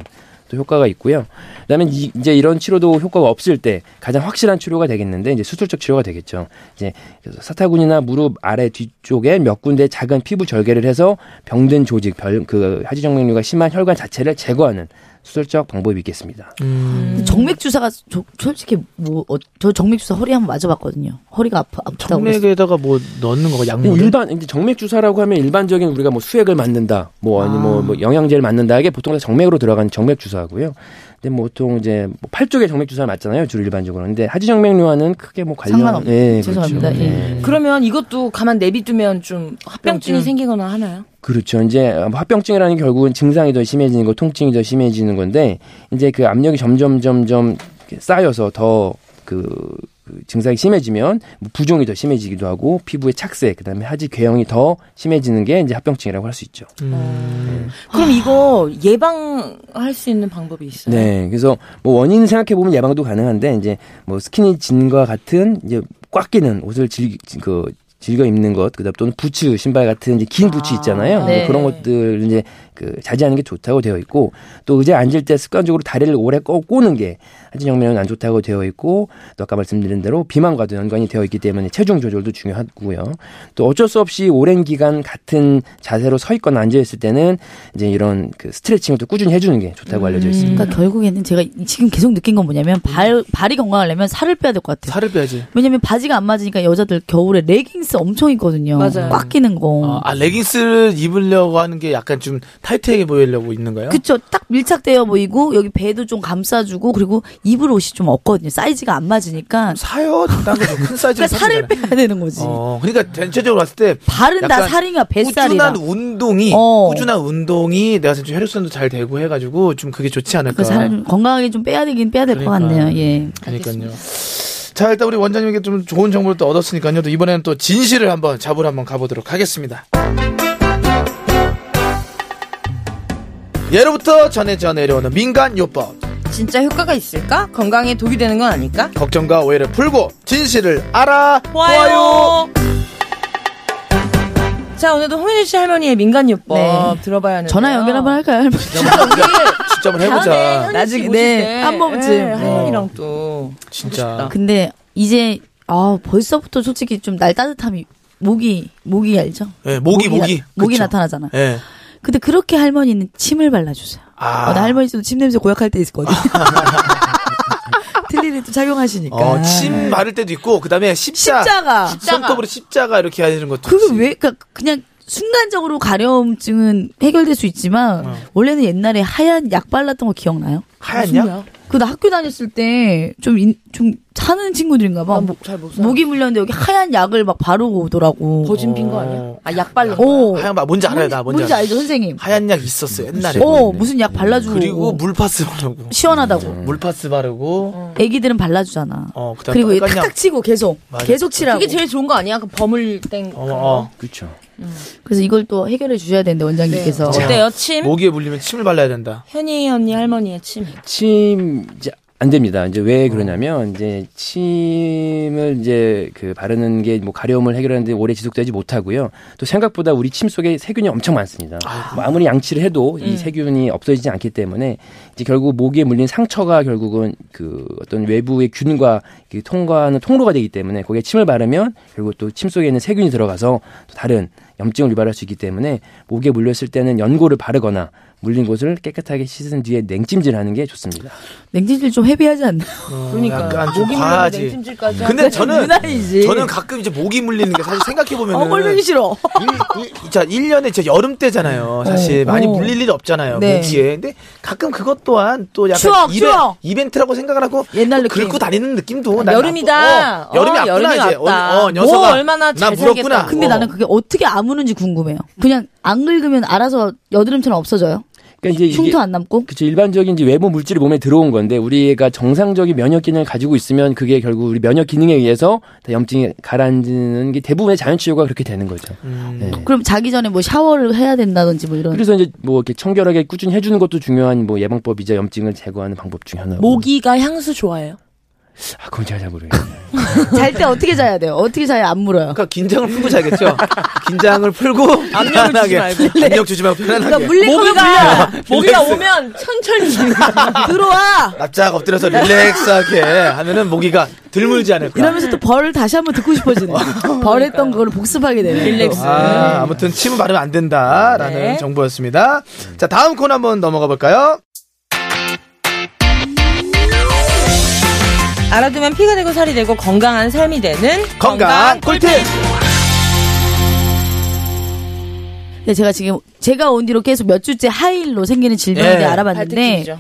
[SPEAKER 7] 또 효과가 있고요. 그다음에 이, 이제 이런 치료도 효과가 없을 때 가장 확실한 치료가 되겠는데 이제 수술적 치료가 되겠죠. 이제 그래서 사타구니나 무릎 아래 뒤쪽에 몇 군데 작은 피부 절개를 해서 병든 조직, 별, 그 하지정맥류가 심한 혈관 자체를 제거하는 수술적 방법이 있겠습니다.
[SPEAKER 6] 정맥 주사가 저- 솔직히 뭐 저 정맥 주사 허리 한번 맞아봤거든요. 허리가 아파 아프다고. 그랬어요.
[SPEAKER 2] 정맥에다가 뭐 넣는 거가
[SPEAKER 7] 근데
[SPEAKER 2] 약물을
[SPEAKER 7] 일반 이제 정맥 주사라고 하면 일반적인 우리가 뭐 수액을 맞는다, 뭐 아니 뭐, 뭐 영양제를 맞는다 이게 보통 다 정맥으로 들어가는 정맥 주사고요. 근데 뭐 보통 이제 뭐 팔 쪽에 정맥 주사 맞잖아요, 주로 일반적으로. 근데 하지정맥류와는 크게 뭐 관련
[SPEAKER 6] 상관없-
[SPEAKER 7] 예,
[SPEAKER 6] 죄송합니다.
[SPEAKER 7] 그렇죠.
[SPEAKER 6] 예.
[SPEAKER 3] 그러면 이것도 가만 내비두면 좀 합병증이
[SPEAKER 6] 합병증.
[SPEAKER 3] 생기거나 하나요?
[SPEAKER 7] 그렇죠. 이제 합병증이라는 게 결국은 증상이 더 심해지는 거, 통증이 더 심해지는 건데 이제 그 압력이 점점 점점 이렇게 쌓여서 더그 증상이 심해지면 뭐 부종이 더 심해지기도 하고 피부의 착색, 그다음에 하지 궤형이 더 심해지는 게 이제 합병증이라고 할 수 있죠.
[SPEAKER 3] 그럼 이거 예방할 수 있는 방법이 있어요?
[SPEAKER 7] 네, 그래서 뭐 원인 생각해 보면 예방도 가능한데 이제 뭐 스키니진과 같은 이제 꽉 끼는 옷을 즐기 그 즐겨 입는 것, 그다음 또는 부츠 신발 같은 이제 긴 부츠 있잖아요.
[SPEAKER 6] 네.
[SPEAKER 7] 그런 것들 이제 그 자제하는 게 좋다고 되어 있고 또 의자에 앉을 때 습관적으로 다리를 오래 꼬, 꼬는 게 하진정맥은 안 좋다고 되어 있고 또 아까 말씀드린 대로 비만과도 연관이 되어 있기 때문에 체중 조절도 중요하고요. 또 어쩔 수 없이 오랜 기간 같은 자세로 서 있거나 앉아 있을 때는 이제 이런 그 스트레칭을 또 꾸준히 해주는 게 좋다고 알려져 있습니다.
[SPEAKER 6] 그러니까 결국에는 제가 지금 계속 느낀 건 뭐냐면 발 발이 건강하려면 살을 빼야 될 것 같아요.
[SPEAKER 2] 살을 빼야지.
[SPEAKER 6] 왜냐면 바지가 안 맞으니까 여자들 겨울에 레깅스 엄청 입거든요.
[SPEAKER 3] 맞아요.
[SPEAKER 6] 꽉 끼는 거.
[SPEAKER 2] 아 레깅스를 입으려고 하는 게 약간 좀 타이트하게 보이려고 있는 거예요?
[SPEAKER 6] 그쵸. 딱 밀착되어 보이고 여기 배도 좀 감싸주고 그리고 입을 옷이 좀 없거든요. 사이즈가 안 맞으니까.
[SPEAKER 2] 사요. 딴거큰 음, 사이즈.
[SPEAKER 6] 그러니까 살을 빼야 되는 거지.
[SPEAKER 2] 어, 그러니까 전체적으로 봤을 때
[SPEAKER 6] 발은 다
[SPEAKER 2] 약간
[SPEAKER 6] 살이야 뱃살이야.
[SPEAKER 2] 꾸준한 운동이
[SPEAKER 6] 어.
[SPEAKER 2] 꾸준한 운동이 내가 생각 혈액순환도 잘 되고 해가지고 좀 그게 좋지 않을까.
[SPEAKER 6] 그 살, 건강하게 좀 빼야 되긴 빼야 될 것
[SPEAKER 2] 그러니까.
[SPEAKER 6] 같네요. 예.
[SPEAKER 2] 그러니까요. 자 일단 우리 원장님에게 좀 좋은 정보를 또 얻었으니까요. 또 이번에는 또 진실을 한번 잡으러 한번 가보도록 하겠습니다. 예로부터 전해져 내려오는 민간 요법
[SPEAKER 3] 진짜 효과가 있을까? 건강에 독이 되는 건 아닐까?
[SPEAKER 2] 걱정과 오해를 풀고 진실을 알아
[SPEAKER 3] 좋아요. 자 오늘도 홍윤희 씨 할머니의 민간요법
[SPEAKER 6] 네.
[SPEAKER 3] 들어봐야 하는데
[SPEAKER 6] 전화 연결 한번 할까요? 할머니?
[SPEAKER 2] 진짜 우리 진짜 한번 해보자.
[SPEAKER 3] 나중에
[SPEAKER 6] 네, 한 번쯤.
[SPEAKER 3] 네, 할머니랑 또
[SPEAKER 2] 진짜.
[SPEAKER 6] 근데 이제 아 벌써부터 솔직히 좀 날 따뜻함이 목이 목이 알죠?
[SPEAKER 2] 예, 목이, 목이.
[SPEAKER 6] 나, 목이
[SPEAKER 2] 그쵸.
[SPEAKER 6] 나타나잖아.
[SPEAKER 2] 예.
[SPEAKER 6] 근데 그렇게 할머니는 침을 발라주세요.
[SPEAKER 2] 아.
[SPEAKER 6] 어, 나 할머니도 침 냄새 고약할 때 있거든. 틀리는 또 착용하시니까.
[SPEAKER 2] 어, 침 바를 때도 있고 그다음에 십자,
[SPEAKER 6] 네. 십자가.
[SPEAKER 2] 손톱으로 십자가 이렇게 하는 것도
[SPEAKER 6] 그게
[SPEAKER 2] 있어요.
[SPEAKER 6] 왜, 그러니까 그니까, 그냥 순간적으로 가려움증은 해결될 수 있지만,
[SPEAKER 2] 어.
[SPEAKER 6] 원래는 옛날에 하얀 약 발랐던 거 기억나요?
[SPEAKER 2] 하얗냐?
[SPEAKER 6] 그 나 학교 다녔을 때, 좀, 인, 좀, 사는 친구들인가
[SPEAKER 2] 아,
[SPEAKER 6] 봐.
[SPEAKER 3] 잘못
[SPEAKER 6] 목이 물렸는데 여기 하얀 약을 막 바르고 오더라고.
[SPEAKER 3] 거진 빈거 아니야? 아 약 발라.
[SPEAKER 6] 오.
[SPEAKER 2] 어, 하얀 막 뭔지 알아요, 나 뭔지,
[SPEAKER 6] 뭔지
[SPEAKER 2] 알아요.
[SPEAKER 6] 알죠, 선생님?
[SPEAKER 2] 하얀 약 있었어 요 옛날에.
[SPEAKER 6] 어, 무슨 약 발라주고.
[SPEAKER 2] 그리고 물파스
[SPEAKER 6] 음.
[SPEAKER 2] 바르고.
[SPEAKER 6] 시원하다고.
[SPEAKER 2] 물파스 바르고.
[SPEAKER 6] 애기들은 발라주잖아.
[SPEAKER 2] 어, 그다음
[SPEAKER 6] 그리고
[SPEAKER 2] 빨간 약.
[SPEAKER 6] 탁탁 치고 계속.
[SPEAKER 2] 맞아.
[SPEAKER 6] 계속 치라고.
[SPEAKER 3] 그게 제일 좋은 거 아니야? 그 버물 땡.
[SPEAKER 2] 어, 어.
[SPEAKER 7] 그렇죠.
[SPEAKER 6] 그래서 이걸 또 해결해 주셔야 되는데, 원장님께서.
[SPEAKER 2] 네.
[SPEAKER 3] 어때요 침?
[SPEAKER 2] 모기에 물리면 침을 발라야 된다.
[SPEAKER 3] 현희 언니 할머니의 침.
[SPEAKER 7] 침 이제 안 됩니다. 이제 왜 그러냐면 이제 침을 이제 그 바르는 게 뭐 가려움을 해결하는데 오래 지속되지 못하고요. 또 생각보다 우리 침 속에 세균이 엄청 많습니다. 뭐 아무리 양치를 해도 이 세균이 없어지지 않기 때문에 이제 결국 모기에 물린 상처가 결국은 그 어떤 외부의 균과 그 통과하는 통로가 되기 때문에 거기에 침을 바르면 결국 또 침 속에 있는 세균이 들어가서 또 다른 염증을 유발할 수 있기 때문에 목에 물렸을 때는 연고를 바르거나 물린 곳을 깨끗하게 씻은 뒤에 냉찜질하는 게 좋습니다.
[SPEAKER 6] 냉찜질 좀 헤비하지 않나?
[SPEAKER 2] 그러니까 약간 좀
[SPEAKER 3] 모기 물리는
[SPEAKER 2] 과하지.
[SPEAKER 3] 냉찜질까지.
[SPEAKER 2] 근데 저는
[SPEAKER 6] 유난이지.
[SPEAKER 2] 저는 가끔 이제 모기 물리는 게 사실 생각해 보면은
[SPEAKER 6] 어, 꼴보기 싫어.
[SPEAKER 2] 자, 1년에 제 여름 때잖아요. 사실 많이 물릴 일 없잖아요.
[SPEAKER 6] 네.
[SPEAKER 2] 모기에. 근데 가끔 그것 또한 또 약간
[SPEAKER 6] 추억, 추억.
[SPEAKER 2] 이벤, 트라고 생각을 하고
[SPEAKER 6] 옛날
[SPEAKER 2] 또 긁고
[SPEAKER 6] 느낌.
[SPEAKER 2] 다니는 느낌도 난
[SPEAKER 3] 여름이다.
[SPEAKER 2] 나쁘- 어, 여름이
[SPEAKER 3] 어,
[SPEAKER 2] 왔구나
[SPEAKER 3] 여름이
[SPEAKER 2] 이제.
[SPEAKER 3] 왔다.
[SPEAKER 2] 어, 어, 녀석아.
[SPEAKER 3] 뭐 얼마나
[SPEAKER 2] 나
[SPEAKER 3] 잘
[SPEAKER 2] 물었구나.
[SPEAKER 3] 살겠다고.
[SPEAKER 6] 근데
[SPEAKER 2] 어.
[SPEAKER 6] 나는 그게 어떻게 아무는지 궁금해요. 그냥 안 긁으면 알아서 여드름처럼 없어져요.
[SPEAKER 7] 그러니까 이제 이게
[SPEAKER 6] 흉터 안 남고.
[SPEAKER 7] 그쵸 일반적인 이제 외부 물질이 몸에 들어온 건데 우리가 정상적인 면역 기능을 가지고 있으면 그게 결국 우리 면역 기능에 의해서 다 염증이 가라앉는 게 대부분의 자연 치유가 그렇게 되는 거죠. 네.
[SPEAKER 6] 그럼 자기 전에 뭐 샤워를 해야 된다든지 뭐 이런.
[SPEAKER 7] 그래서 이제 뭐 이렇게 청결하게 꾸준히 해주는 것도 중요한 뭐 예방법이자 염증을 제거하는 방법 중에 하나고.
[SPEAKER 3] 모기가 향수 좋아해요.
[SPEAKER 7] 아, 그건 제가 잘 모르겠네요.
[SPEAKER 6] 잘 때 어떻게 자야 돼요? 어떻게 자야 안 물어요?
[SPEAKER 2] 그러니까 긴장을 풀고 자겠죠. 긴장을 풀고
[SPEAKER 3] 주지
[SPEAKER 2] 편안하게
[SPEAKER 3] 말고.
[SPEAKER 2] 압력 주지 말고 편안하게.
[SPEAKER 7] 그러니까
[SPEAKER 3] 모기가 모기가 오면 천천히 들어와.
[SPEAKER 2] 납작 엎드려서 릴렉스하게 하면은 모기가 들물지 않을까.
[SPEAKER 6] 이러면서 또 벌을 다시 한번 듣고 싶어지네. 벌했던 거를 복습하게 되네.
[SPEAKER 3] 릴렉스.
[SPEAKER 2] 아, 아무튼 침은 바르면 안 된다라는
[SPEAKER 3] 네.
[SPEAKER 2] 정보였습니다. 자, 다음 코너 한번 넘어가 볼까요?
[SPEAKER 3] 알아두면 피가 되고 살이 되고 건강한 삶이 되는
[SPEAKER 2] 건강 꿀팁!
[SPEAKER 6] 근데 제가 지금 제가 온 뒤로 계속 몇 주째 하일로 생기는 질병에
[SPEAKER 7] 네.
[SPEAKER 6] 대해
[SPEAKER 2] 예.
[SPEAKER 6] 알아봤는데
[SPEAKER 3] 발등이죠.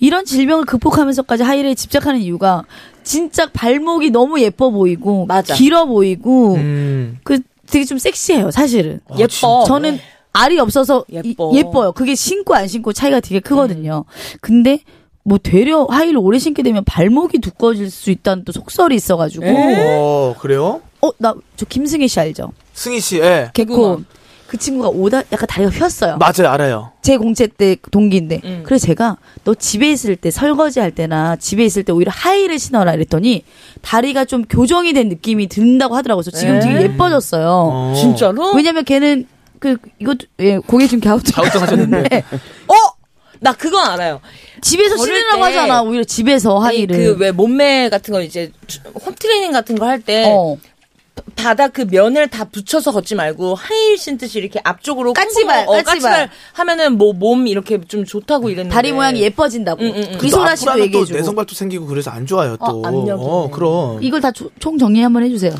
[SPEAKER 6] 이런 질병을 극복하면서까지 하일에 집착하는 이유가 진짜 발목이 너무 예뻐 보이고
[SPEAKER 3] 맞아.
[SPEAKER 6] 길어 보이고
[SPEAKER 2] 음.
[SPEAKER 6] 그 되게 좀 섹시해요 사실은.
[SPEAKER 3] 예뻐.
[SPEAKER 6] 저는 알이 없어서
[SPEAKER 3] 어, 네. 예뻐.
[SPEAKER 6] 이- 예뻐요. 그게 신고 안 신고 차이가 되게 크거든요. 근데 뭐 되려 하이를 오래 신게 되면 발목이 두꺼워질 수 있다는 또 속설이 있어가지고
[SPEAKER 3] 네.
[SPEAKER 2] 오, 그래요?
[SPEAKER 6] 어 나 저 김승혜 씨 알죠?
[SPEAKER 2] 승희 씨, 예.
[SPEAKER 6] 개코 그 친구가 오다 약간 다리가 휘었어요.
[SPEAKER 2] 맞아요, 알아요.
[SPEAKER 6] 제 공채 때 동기인데
[SPEAKER 3] 음.
[SPEAKER 6] 그래서 제가 너 집에 있을 때 설거지 할 때나 집에 있을 때 오히려 하이를 신어라 이랬더니 다리가 좀 교정이 된 느낌이 든다고 하더라고요. 그래서 지금 되게 예뻐졌어요.
[SPEAKER 2] 어.
[SPEAKER 3] 진짜로?
[SPEAKER 6] 왜냐면 걔는 그 이것도 예 고개 좀
[SPEAKER 2] 네.
[SPEAKER 6] 갸우뚱하셨는데
[SPEAKER 3] 어? 나 그건 알아요.
[SPEAKER 6] 집에서
[SPEAKER 3] 걸을
[SPEAKER 6] 신으라고
[SPEAKER 3] 때
[SPEAKER 6] 하잖아 오히려 집에서 하이를
[SPEAKER 3] 그 왜 몸매 같은 거 이제 홈트레이닝 같은 거 할 때
[SPEAKER 6] 어.
[SPEAKER 3] 바닥 그 면을 다 붙여서 걷지 말고 하이힐 신듯이 이렇게 앞쪽으로
[SPEAKER 6] 까치발,
[SPEAKER 3] 콩콩- 어,
[SPEAKER 6] 까치발.
[SPEAKER 3] 까치발 하면은 뭐 몸 이렇게 좀 좋다고 이랬는데
[SPEAKER 6] 다리 모양이 예뻐진다고
[SPEAKER 3] 네. 음, 음, 음.
[SPEAKER 6] 이소라 그 씨도
[SPEAKER 2] 그 또
[SPEAKER 6] 얘기해주고
[SPEAKER 2] 내성발도 생기고 그래서 안 좋아요, 또.
[SPEAKER 3] 어, 압력이.
[SPEAKER 2] 어, 그럼.
[SPEAKER 6] 이걸 다 총 정리 한번 해주세요.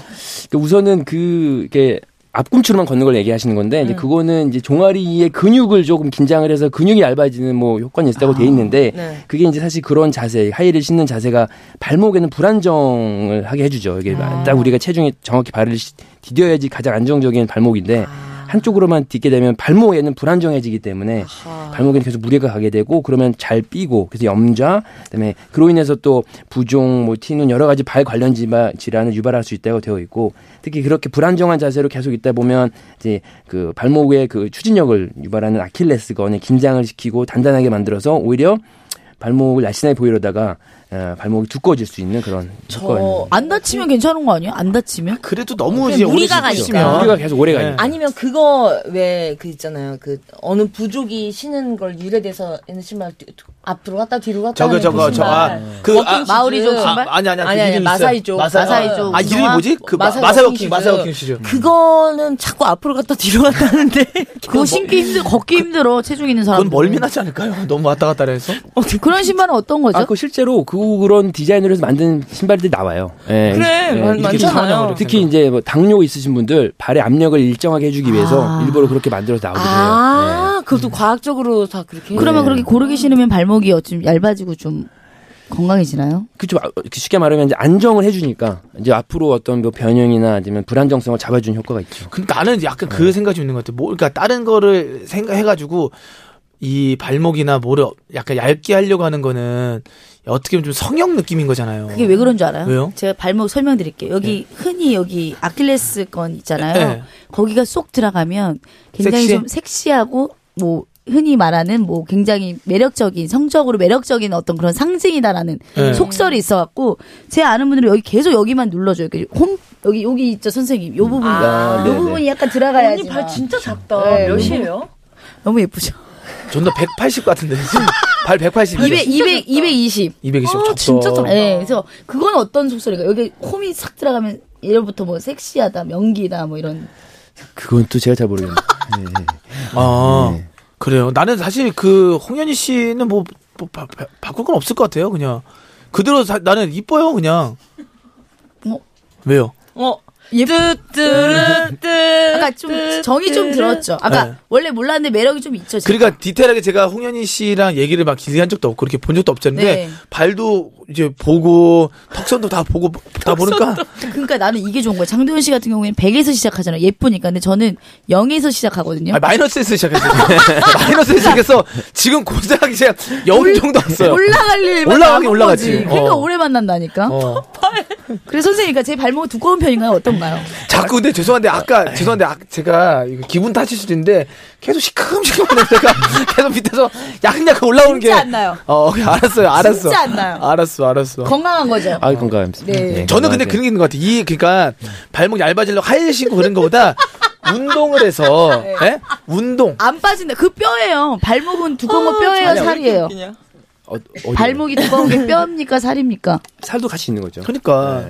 [SPEAKER 7] 그러니까 우선은 그, 이렇게 앞꿈치로만 걷는 걸 얘기하시는 건데, 이제 그거는 이제 종아리의 근육을 조금 긴장을 해서 근육이 얇아지는 뭐 효과는 있다고 돼 있는데,
[SPEAKER 3] 네.
[SPEAKER 7] 그게 이제 사실 그런 자세, 하이를 신는 자세가 발목에는 불안정을 하게 해주죠. 이게 딱 우리가 체중에 정확히 발을 시- 디뎌야지 가장 안정적인 발목인데, 한쪽으로만 딛게 되면 발목에는 불안정해지기 때문에 발목에 계속 무게가 가게 되고 그러면 잘 삐고 그래서 염좌 그다음에 그로 인해서 또 부종 뭐 튀는 여러 가지 발 관련 지바- 질환을 유발할 수 있다고 되어 있고 특히 그렇게 불안정한 자세로 계속 있다 보면 이제 그 발목의 그 추진력을 유발하는 아킬레스건의 긴장을 시키고 단단하게 만들어서 오히려 발목을 날씬하게 보이려다가 어, 발목이 두꺼워질 수 있는 그런 효과가 있는.
[SPEAKER 6] 안 다치면 괜찮은 거 아니야? 안 다치면?
[SPEAKER 2] 그래도 너무
[SPEAKER 3] 그냥
[SPEAKER 2] 이제 오래
[SPEAKER 3] 무리가
[SPEAKER 2] 신고
[SPEAKER 3] 가니까.
[SPEAKER 2] 있으면
[SPEAKER 7] 우리가 계속 오래 가니까.
[SPEAKER 3] 아니면 그거 왜 그 있잖아요. 그 어느 부족이 신은 걸 유래돼서 있는 신발 뒤- 뒤- 앞으로 갔다 뒤로 갔다
[SPEAKER 2] 저거
[SPEAKER 3] 하는
[SPEAKER 2] 저거
[SPEAKER 3] 그
[SPEAKER 2] 저거
[SPEAKER 3] 신발.
[SPEAKER 2] 아, 그
[SPEAKER 3] 워킹
[SPEAKER 2] 아,
[SPEAKER 3] 시즌.
[SPEAKER 6] 마오리족 신발?
[SPEAKER 2] 아, 아니 아니
[SPEAKER 3] 아니, 아니, 마사이족. 마사이족
[SPEAKER 2] 아 이름이
[SPEAKER 6] 운동화?
[SPEAKER 2] 뭐지? 그 마-
[SPEAKER 3] 마사이
[SPEAKER 2] 마사이
[SPEAKER 3] 워킹
[SPEAKER 2] 워킹
[SPEAKER 3] 시즌.
[SPEAKER 2] 마사이 워킹 시즌.
[SPEAKER 3] 그거는 자꾸 앞으로 갔다 뒤로 갔다 하는데
[SPEAKER 6] 그거 신기 힘들, 걷기 힘들어, 체중 있는 사람.
[SPEAKER 2] 그건 멀미나지 않을까요? 너무 왔다 갔다 해서.
[SPEAKER 6] 그런 신발은 어떤 거죠?
[SPEAKER 7] 아, 그 실제로 그 그런 디자인으로 해서 만든 신발들이 나와요. 예.
[SPEAKER 3] 그래,
[SPEAKER 7] 예,
[SPEAKER 3] 많-
[SPEAKER 7] 이렇게
[SPEAKER 3] 많잖아요.
[SPEAKER 7] 특히 이제 뭐 당뇨 있으신 분들 발의 압력을 일정하게 해주기 위해서
[SPEAKER 6] 아.
[SPEAKER 7] 일부러 그렇게 만들어서 나오기도 해요.
[SPEAKER 3] 아 그것도 과학적으로 다 그렇게
[SPEAKER 6] 예. 그러면 그렇게 고르게 신으면 발목이 어, 좀 얇아지고 좀 건강해지나요?
[SPEAKER 7] 그쵸. 아, 쉽게 말하면 이제 안정을 해주니까 이제 앞으로 어떤 뭐 변형이나 아니면 불안정성을 잡아주는 효과가 있죠.
[SPEAKER 2] 근데 나는 약간
[SPEAKER 6] 네.
[SPEAKER 2] 그 생각이 있는 것 같아. 뭐, 그러니까 다른 거를 생각해가지고 이 발목이나 뭐를 약간 얇게 하려고 하는 거는 어떻게 보면 좀 성형 느낌인 거잖아요.
[SPEAKER 6] 그게 왜 그런 줄 알아요?
[SPEAKER 2] 왜요?
[SPEAKER 6] 제가 발목 설명드릴게요. 여기 흔히 여기 아킬레스건 있잖아요.
[SPEAKER 2] 예.
[SPEAKER 6] 거기가 쏙 들어가면 굉장히
[SPEAKER 2] 섹시?
[SPEAKER 6] 좀 섹시하고 뭐 흔히 말하는 뭐 굉장히 매력적인 성적으로 매력적인 어떤 그런 상징이다라는
[SPEAKER 2] 예.
[SPEAKER 6] 속설이 있어갖고 제 아는 분들은 여기 계속 여기만 눌러줘요. 이렇게 홈 여기 여기 있죠 선생님. 요 부분
[SPEAKER 7] 아,
[SPEAKER 6] 요
[SPEAKER 7] 네네.
[SPEAKER 6] 부분이 약간
[SPEAKER 3] 언니
[SPEAKER 6] 들어가야지.
[SPEAKER 3] 발 진짜 작다
[SPEAKER 6] 네,
[SPEAKER 3] 몇이에요?
[SPEAKER 6] 너무 예쁘죠.
[SPEAKER 2] 존나 180 같은데. 지금 발 180.
[SPEAKER 6] 200 200 220.
[SPEAKER 2] 220. 적다.
[SPEAKER 6] 아, 네, 그래서 그건 어떤 속설인가? 여기 홈이 싹 들어가면 예로부터 뭐 섹시하다, 명기다, 뭐 이런.
[SPEAKER 7] 그건 또 제가 잘 모르겠네요.
[SPEAKER 2] 아, 그래요. 나는 사실 그 홍현희 씨는 뭐, 뭐 바, 꿀건 없을 것 같아요. 그냥. 그대로 사- 나는 이뻐요. 그냥.
[SPEAKER 6] 어?
[SPEAKER 2] 왜요?
[SPEAKER 3] 어 뜨뜨르뜨
[SPEAKER 6] 아까 좀 정이 좀 들었죠. 아까
[SPEAKER 2] 네.
[SPEAKER 6] 원래 몰랐는데 매력이 좀 있죠. 지금.
[SPEAKER 2] 그러니까 디테일하게 제가 홍현희 씨랑 얘기를 막 길게 한 적도 없고 그렇게 본 적도 없었는데
[SPEAKER 6] 네.
[SPEAKER 2] 발도 이제 보고 턱선도 다 보고 다 보니까
[SPEAKER 6] 그러니까 나는 이게 좋은 거야. 장도연 씨 같은 경우에는 100에서 시작하잖아. 요 예쁘니까. 근데 저는 0에서 시작하거든요.
[SPEAKER 2] 아, 마이너스에서 시작했어요. 마이너스에서 시작해서 지금 고작 이제 0 정도 왔어요.
[SPEAKER 6] 올라갈 일만
[SPEAKER 2] 올라가긴
[SPEAKER 6] 남은
[SPEAKER 2] 올라가지.
[SPEAKER 6] 거지. 그러니까
[SPEAKER 2] 어.
[SPEAKER 6] 오래 만난다니까.
[SPEAKER 2] 어.
[SPEAKER 6] 그래서 선생님, 그러니까 제 발목은 두꺼운 편인가요? 어떤가요?
[SPEAKER 2] 자꾸 근데 죄송한데 아까 죄송한데 아, 제가 이거 기분 탓일 수도 있는데 계속 시큼시큼 하는 제가 계속 밑에서 야근야근 올라오는 게
[SPEAKER 6] 진짜 안 나요.
[SPEAKER 2] 어 그래, 알았어요 알았어
[SPEAKER 6] 진짜 안 나요.
[SPEAKER 2] 알았어 알았어
[SPEAKER 6] 건강한 거죠.
[SPEAKER 7] 아, 건강합니다.
[SPEAKER 6] 네.
[SPEAKER 2] 저는 근데 그런 게 있는 것 같아요 이 그러니까 발목 얇아지려고 하이힐 신고 그런 거보다 운동을 해서 예? 운동
[SPEAKER 6] 안 빠진다. 그 뼈예요. 발목은 두꺼운
[SPEAKER 2] 아,
[SPEAKER 6] 거 뼈예요, 살이에요.
[SPEAKER 7] 어, 어디요?
[SPEAKER 6] 발목이 두꺼운 게 뼈입니까, 살입니까?
[SPEAKER 2] 네.
[SPEAKER 7] 살도 같이 있는 거죠.
[SPEAKER 2] 그러니까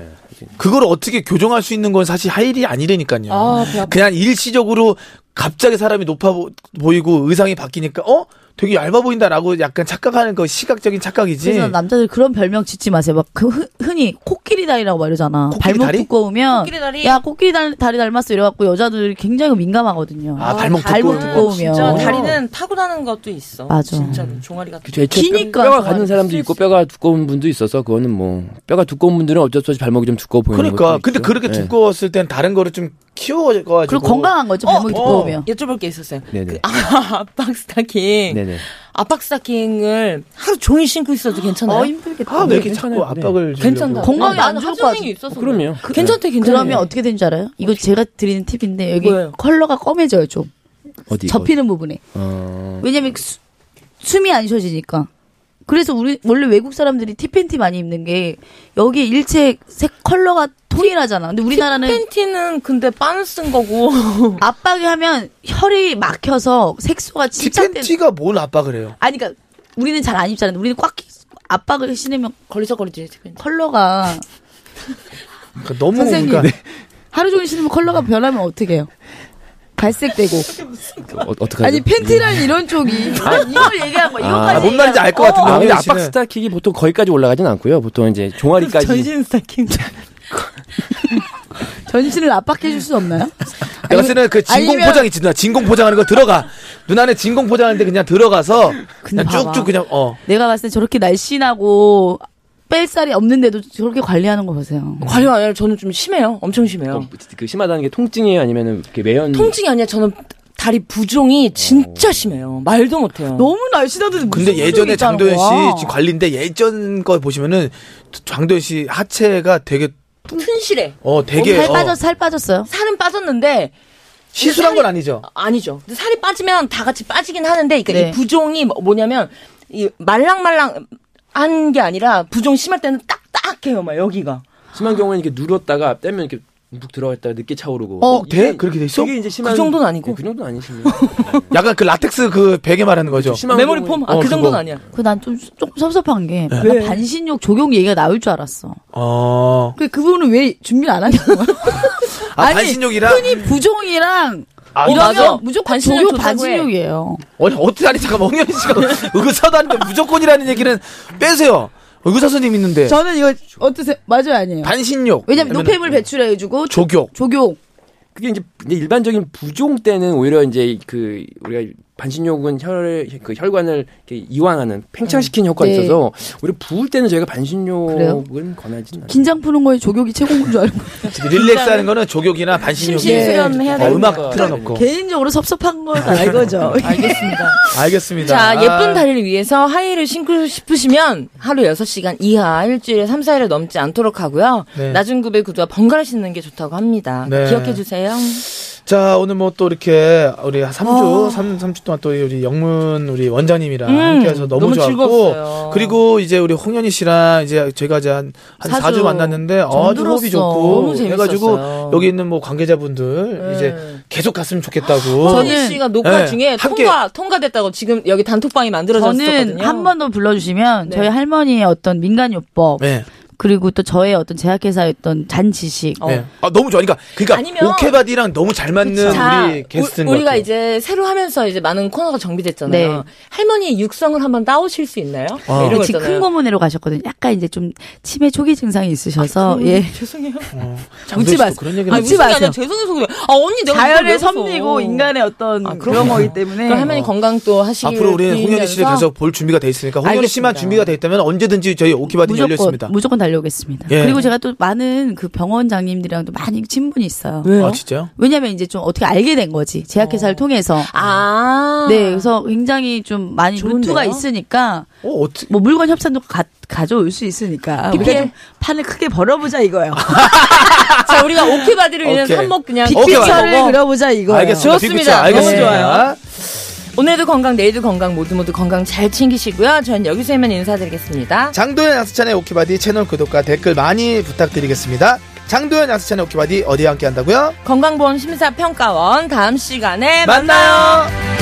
[SPEAKER 2] 그걸 어떻게 교정할 수 있는 건 사실 하일이 아니라니까요.
[SPEAKER 3] 아, 배 아파.
[SPEAKER 2] 그냥 일시적으로 갑자기 사람이 높아 보- 보이고 의상이 바뀌니까 어 되게 얇아 보인다라고 약간 착각하는 거 시각적인 착각이지.
[SPEAKER 6] 그래서 남자들 그런 별명 짓지 마세요. 막 그 흔히 코끼리 다리라고 막 이러잖아.
[SPEAKER 2] 코끼리
[SPEAKER 6] 발목
[SPEAKER 2] 다리?
[SPEAKER 6] 두꺼우면
[SPEAKER 3] 코끼리 다리?
[SPEAKER 6] 야 코끼리 달- 다리 닮았어 이래갖고 여자들이 굉장히 민감하거든요.
[SPEAKER 2] 아, 발목
[SPEAKER 6] 발목
[SPEAKER 2] 두꺼우면.
[SPEAKER 6] 두꺼우면
[SPEAKER 3] 어, 진짜 다리는 타고나는 것도 있어
[SPEAKER 6] 맞아.
[SPEAKER 3] 진짜로 종아리 같은
[SPEAKER 7] 그쵸, 애초에
[SPEAKER 6] 기니까
[SPEAKER 7] 뼈가
[SPEAKER 6] 좋아하는
[SPEAKER 7] 가는 사람도 있고 뼈가 두꺼운 분도 있어서 그거는 뭐 뼈가 두꺼운 분들은 어쩔 수 없이 발목이 좀 두꺼워 보이는
[SPEAKER 2] 그러니까
[SPEAKER 7] 것도
[SPEAKER 2] 근데
[SPEAKER 7] 있죠.
[SPEAKER 2] 그렇게
[SPEAKER 7] 예.
[SPEAKER 2] 두꺼웠을 땐 다른 거를 좀 키워가지고
[SPEAKER 6] 그리고 건강한 거죠. 발목이
[SPEAKER 2] 어.
[SPEAKER 6] 두꺼우면.
[SPEAKER 3] 여쭤볼 게 있었어요
[SPEAKER 7] 네네.
[SPEAKER 3] 그 아, 압박 스타킹
[SPEAKER 7] 네네.
[SPEAKER 3] 압박 스타킹을 하루 종일 신고 있어도 괜찮아요?
[SPEAKER 6] 어 힘들겠다.
[SPEAKER 2] 아왜 이렇게
[SPEAKER 7] 괜찮아요.
[SPEAKER 2] 자꾸 압박을
[SPEAKER 3] 괜찮다.
[SPEAKER 2] 주려고.
[SPEAKER 6] 건강에
[SPEAKER 3] 나는
[SPEAKER 6] 안 좋을
[SPEAKER 3] 하루
[SPEAKER 6] 것 같아.
[SPEAKER 3] 종일 있어서
[SPEAKER 7] 어, 그럼요.
[SPEAKER 3] 그래. 괜찮대 괜찮대.
[SPEAKER 6] 그러면 어떻게 되는지 알아요? 이거 제가 드리는 팁인데 여기
[SPEAKER 3] 뭐예요?
[SPEAKER 6] 컬러가 검해져요 좀
[SPEAKER 7] 어디
[SPEAKER 6] 접히는 부분에.
[SPEAKER 7] 어디? 어...
[SPEAKER 6] 왜냐면 수- 숨이 안 쉬어지니까. 그래서 우리 원래 외국 사람들이 티팬티 많이 입는 게 여기 일체 색 컬러가 통일하잖아. 근데 우리나라는
[SPEAKER 3] 팬티는 근데 빤 쓴 거고
[SPEAKER 6] 압박이 하면 혈이 막혀서 색소가 침착된.
[SPEAKER 2] 티팬티가 뭘 압박을 해요?
[SPEAKER 6] 아니 그러니까 우리는 잘 안 입잖아. 우리는 꽉 끼- 압박을 신으면
[SPEAKER 3] 걸리적거리지 팬티.
[SPEAKER 6] 컬러가
[SPEAKER 2] 그러니까 너무
[SPEAKER 6] 선생님.
[SPEAKER 2] 그러니까
[SPEAKER 6] 하루 종일 신으면 컬러가 변하면 어떻게 해요? 갈색되고
[SPEAKER 7] 어떡하죠
[SPEAKER 6] 아니 팬티란 이런 쪽이 아, 이걸 얘기한 거야
[SPEAKER 2] 아,
[SPEAKER 6] 이거까지
[SPEAKER 2] 뭔 말인지 알
[SPEAKER 6] 어.
[SPEAKER 2] 것 같은데
[SPEAKER 7] 아, 근데
[SPEAKER 2] 홍현
[SPEAKER 7] 압박
[SPEAKER 2] 씨는
[SPEAKER 7] 스타킥이 보통 거기까지 올라가진 않고요. 보통 이제 종아리까지.
[SPEAKER 3] 스타킹.
[SPEAKER 6] 전신을 압박해 줄 수 없나요?
[SPEAKER 2] 내가 쓰는 그 진공
[SPEAKER 6] 아니면-
[SPEAKER 2] 포장 있지 누나 진공 포장하는 거 들어가 눈 안에 진공 포장하는데 그냥 들어가서
[SPEAKER 6] 근데
[SPEAKER 2] 그냥 쭉쭉
[SPEAKER 6] 봐봐.
[SPEAKER 2] 그냥 어
[SPEAKER 6] 내가 봤을 때 저렇게 날씬하고 뺄살이 없는데도 저렇게 관리하는 거 보세요.
[SPEAKER 3] 관리 아니라 저는 좀 심해요. 엄청 심해요.
[SPEAKER 7] 어, 그 심하다는 게 통증이에요, 아니면은 이렇게 매연.
[SPEAKER 3] 통증이 아니라 저는 다리 부종이
[SPEAKER 7] 어.
[SPEAKER 3] 진짜 심해요. 말도 못해요.
[SPEAKER 6] 너무 날씬하던데
[SPEAKER 2] 근데 예전에 장도연 씨 지금
[SPEAKER 6] 어,
[SPEAKER 2] 관리인데 예전 거 보시면은 장도연 씨 하체가 되게
[SPEAKER 3] 튼실해.
[SPEAKER 2] 어 되게
[SPEAKER 6] 살
[SPEAKER 2] 어,
[SPEAKER 6] 빠졌 살 빠졌어요.
[SPEAKER 3] 살은 빠졌는데
[SPEAKER 2] 시술한 건 아니죠.
[SPEAKER 3] 아니죠. 근데 살이 빠지면 다 같이 빠지긴 하는데 그러니까
[SPEAKER 6] 네.
[SPEAKER 3] 이 부종이 뭐- 뭐냐면 이 말랑말랑 한게 아니라 부종 심할 때는 딱딱해요, 막 여기가.
[SPEAKER 7] 심한 경우에는 이렇게 눌렀다가 떼면 이렇게 묵 들어갔다가 늦게 차오르고.
[SPEAKER 2] 어,
[SPEAKER 7] 이게-
[SPEAKER 2] 돼? 그렇게 돼 있어?
[SPEAKER 7] 이게 이제 심한
[SPEAKER 3] 그 정도는 아니고.
[SPEAKER 7] 네, 그 정도는 아니십니다.
[SPEAKER 2] 약간 그 라텍스 그 베개 말하는 거죠.
[SPEAKER 7] 심한
[SPEAKER 3] 메모리
[SPEAKER 7] 경우에-
[SPEAKER 3] 폼? 아,
[SPEAKER 2] 어,
[SPEAKER 3] 그 정도는
[SPEAKER 2] 그거.
[SPEAKER 3] 아니야.
[SPEAKER 6] 그난좀 조금 섭섭한 게
[SPEAKER 2] 네.
[SPEAKER 3] 왜?
[SPEAKER 6] 나 반신욕 조경 얘기가 나올 줄 알았어.
[SPEAKER 2] 어.
[SPEAKER 6] 그 그분은 왜 준비를 안 하냐고.
[SPEAKER 2] 아, 반신욕이랑?
[SPEAKER 6] 흔히 부종이랑
[SPEAKER 2] 아,
[SPEAKER 6] 이러면
[SPEAKER 3] 맞아.
[SPEAKER 6] 무조건
[SPEAKER 3] 반신욕
[SPEAKER 6] 조교
[SPEAKER 3] 좋다고 해.
[SPEAKER 6] 반신욕이에요.
[SPEAKER 2] 아니, 어떻게 아니 잠깐만 홍현 씨가 의사도 아닌데 무조건이라는 얘기는 빼세요. 의사 선생님 있는데
[SPEAKER 6] 저는 이거 어떠세요? 맞아요, 아니에요?
[SPEAKER 2] 반신욕. 그러면은
[SPEAKER 6] 왜냐면
[SPEAKER 2] 음.
[SPEAKER 6] 노폐물 배출해주고 조,
[SPEAKER 2] 조교.
[SPEAKER 6] 조교.
[SPEAKER 7] 그게 이제 근데 일반적인 부종 때는 오히려 이제 그 우리가 반신욕은 혈, 그 혈관을 이렇게 이완하는 팽창시키는 효과가
[SPEAKER 6] 네.
[SPEAKER 7] 있어서 오히려 부을 때는 저희가
[SPEAKER 6] 그래요?
[SPEAKER 7] 반신욕은 권하지는 않아요.
[SPEAKER 6] 긴장 푸는 거에 조교기 최고인 줄 알고.
[SPEAKER 2] 릴렉스 하는 거는 조교기나 반신욕이
[SPEAKER 3] 심신 수련해야
[SPEAKER 2] 어,
[SPEAKER 3] 되는 네.
[SPEAKER 2] 음악
[SPEAKER 7] 거.
[SPEAKER 2] 틀어놓고.
[SPEAKER 6] 개인적으로 섭섭한 걸다 이거죠.
[SPEAKER 3] 알겠습니다.
[SPEAKER 2] 알겠습니다.
[SPEAKER 3] 자, 예쁜
[SPEAKER 2] 아,
[SPEAKER 3] 다리를 위해서 하이를 신고 싶으시면 하루 6시간 이하, 일주일에 3, 4일을 넘지 않도록 하고요.
[SPEAKER 2] 네.
[SPEAKER 3] 낮은 굽의 구두와 번갈아 신는 게 좋다고 합니다.
[SPEAKER 2] 네.
[SPEAKER 3] 기억해 주세요.
[SPEAKER 2] 자, 오늘 뭐 또 이렇게 우리 3주, 삼 3, 주 동안 또 우리 영문 우리 원장님이랑
[SPEAKER 3] 어. 음,
[SPEAKER 2] 함께 해서 너무,
[SPEAKER 3] 너무
[SPEAKER 2] 좋았고.
[SPEAKER 3] 즐거웠어요.
[SPEAKER 2] 그리고 이제 우리 홍현희 씨랑 이제 제가 이제 한, 한
[SPEAKER 3] 사주.
[SPEAKER 2] 4주 만났는데 아주
[SPEAKER 6] 정들었어.
[SPEAKER 2] 호흡이 좋고.
[SPEAKER 3] 너무
[SPEAKER 2] 해가지고
[SPEAKER 3] 재밌었어요.
[SPEAKER 2] 여기 있는 뭐 관계자분들
[SPEAKER 3] 네. 어,
[SPEAKER 2] 이제 계속 갔으면 좋겠다고.
[SPEAKER 3] 전희 씨가 녹화
[SPEAKER 2] 어. 네,
[SPEAKER 3] 중에
[SPEAKER 2] 함께-
[SPEAKER 3] 통과 통과됐다고 지금 여기 단톡방이 만들어졌었거든요.
[SPEAKER 6] 저는 한 번 더 불러주시면
[SPEAKER 3] 네.
[SPEAKER 6] 저희 할머니의 어떤 민간요법
[SPEAKER 2] 네.
[SPEAKER 6] 그리고 또 저의 어떤 제약회사의 어떤 잔지식
[SPEAKER 3] 어.
[SPEAKER 2] 네. 아, 너무 좋아. 그러니까, 그러니까
[SPEAKER 3] 아니면-
[SPEAKER 2] 오케바디랑 너무 잘 맞는
[SPEAKER 3] 자,
[SPEAKER 2] 우리 게스트인
[SPEAKER 3] 우-
[SPEAKER 2] 것
[SPEAKER 3] 우리가
[SPEAKER 2] 같아요.
[SPEAKER 3] 이제 새로 하면서 이제 많은 코너가 정비됐잖아요.
[SPEAKER 6] 네.
[SPEAKER 3] 할머니의 육성을 한번 따오실 수 있나요? 네,
[SPEAKER 2] 아.
[SPEAKER 3] 이런 거
[SPEAKER 6] 같이
[SPEAKER 3] 있잖아요.
[SPEAKER 6] 큰 고문으로 가셨거든요. 약간 이제 좀 치매 초기 증상이 있으셔서
[SPEAKER 3] 어머,
[SPEAKER 6] 예.
[SPEAKER 3] 죄송해요.
[SPEAKER 2] 장도연
[SPEAKER 6] 웃지
[SPEAKER 2] 씨도
[SPEAKER 6] 마세요.
[SPEAKER 2] 그런 얘기를
[SPEAKER 3] 아,
[SPEAKER 2] 하지
[SPEAKER 6] 웃지
[SPEAKER 3] 웃지
[SPEAKER 2] 마.
[SPEAKER 6] 마.
[SPEAKER 3] 아, 마세요.
[SPEAKER 6] 마세요.
[SPEAKER 3] 죄송해요. 죄송해요. 아, 언니 내가
[SPEAKER 6] 자연의
[SPEAKER 3] 웃어.
[SPEAKER 6] 섬이고 네. 인간의 어떤
[SPEAKER 3] 아, 그럼요.
[SPEAKER 6] 그런 거기 때문에
[SPEAKER 3] 그럼 할머니 건강 또 하시길
[SPEAKER 2] 앞으로 우리는 홍현희 씨를
[SPEAKER 3] 빌면서 아.
[SPEAKER 2] 가서 볼 준비가 돼 있으니까 홍현희 씨만
[SPEAKER 3] 알겠습니다.
[SPEAKER 2] 준비가 돼 있다면 언제든지 저희 오케바디 열려
[SPEAKER 6] 무조건
[SPEAKER 2] 있습니다.
[SPEAKER 6] 무조건 달려오겠습니다.
[SPEAKER 2] 예.
[SPEAKER 6] 그리고 제가 또 많은 그 병원장님들이랑도 많이 친분이 있어요.
[SPEAKER 2] 아, 진짜요?
[SPEAKER 6] 왜냐면 이제 좀 어떻게 알게 된 거지 제약회사를 통해서.
[SPEAKER 3] 어. 아.
[SPEAKER 6] 네, 그래서 굉장히 좀 많이
[SPEAKER 3] 좋은데요?
[SPEAKER 6] 루트가 있으니까
[SPEAKER 2] 어, 어떻게.
[SPEAKER 6] 뭐 물건 협찬도 가, 가져올 수 있으니까 우리가
[SPEAKER 3] PPL?
[SPEAKER 6] 좀 판을 크게 벌어보자 이거예요.
[SPEAKER 3] 자, 우리가 오케바디를 위해서
[SPEAKER 2] 오케이.
[SPEAKER 3] 한몫 그냥
[SPEAKER 2] 오케이,
[SPEAKER 6] 빅피처를
[SPEAKER 3] 먹어.
[SPEAKER 6] 그려보자 이거예요.
[SPEAKER 2] 알겠습니다.
[SPEAKER 3] 좋습니다.
[SPEAKER 2] 빅피처 알겠습니다.
[SPEAKER 3] 너무 오늘도 건강, 내일도 건강 모두 모두 건강 잘 챙기시고요. 전 여기서 이만 인사드리겠습니다.
[SPEAKER 2] 장도연 양수찬의 오키바디 채널 구독과 댓글 많이 부탁드리겠습니다. 장도연 양수찬의 오키바디 어디에 함께 한다고요?
[SPEAKER 3] 건강보험 심사평가원 다음 시간에
[SPEAKER 2] 만나요.